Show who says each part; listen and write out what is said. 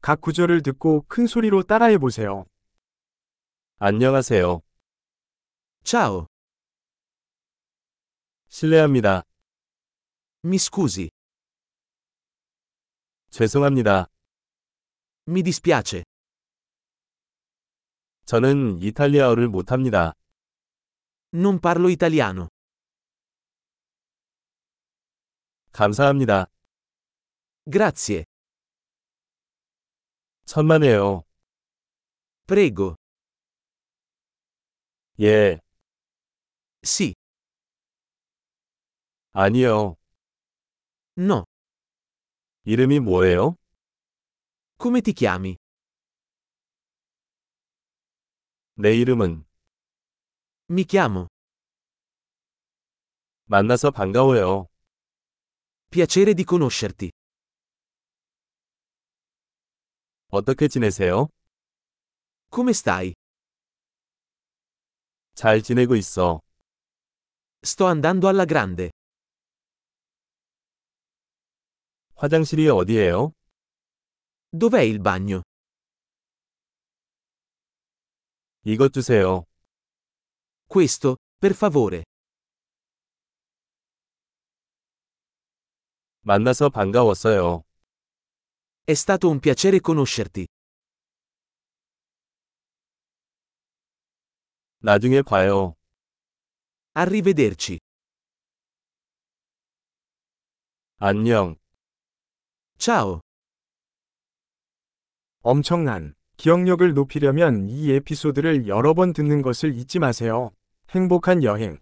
Speaker 1: 각 구절을 듣고 큰 소리로 따라해 보세요.
Speaker 2: 안녕하세요.
Speaker 3: Ciao,
Speaker 2: 실례합니다.
Speaker 3: mi scusi,
Speaker 2: 죄송합니다.
Speaker 3: mi dispiace,
Speaker 2: 저는 이탈리아어를 못합니다.
Speaker 3: non parlo italiano.
Speaker 2: 감사합니다.
Speaker 3: Grazie,
Speaker 2: 천만에요.
Speaker 3: prego,
Speaker 2: 예,
Speaker 3: sì,
Speaker 2: 아니요.
Speaker 3: no,
Speaker 2: 이름이 뭐예요?
Speaker 3: come ti chiami?
Speaker 2: 내 이름은
Speaker 3: Mi chiamo.
Speaker 2: 만나서 반가워요.
Speaker 3: Piacere di conoscerti.
Speaker 2: 어떻게 지내세요?
Speaker 3: Come stai?
Speaker 2: 잘 지내고 있어.
Speaker 3: Sto andando alla grande.
Speaker 2: 화장실이 어디예요?
Speaker 3: Dov'è il bagno?
Speaker 2: 이것 주세요.
Speaker 3: Questo, per favore.
Speaker 2: 만나서 반가웠어요.
Speaker 3: È stato un piacere conoscerti.
Speaker 2: 나중에 봐요.
Speaker 3: Arrivederci.
Speaker 2: 안녕.
Speaker 3: Ciao.
Speaker 1: 엄청난 기억력을 높이려면 이 에피소드를 여러 번 듣는 것을 잊지 마세요. 행복한 여행.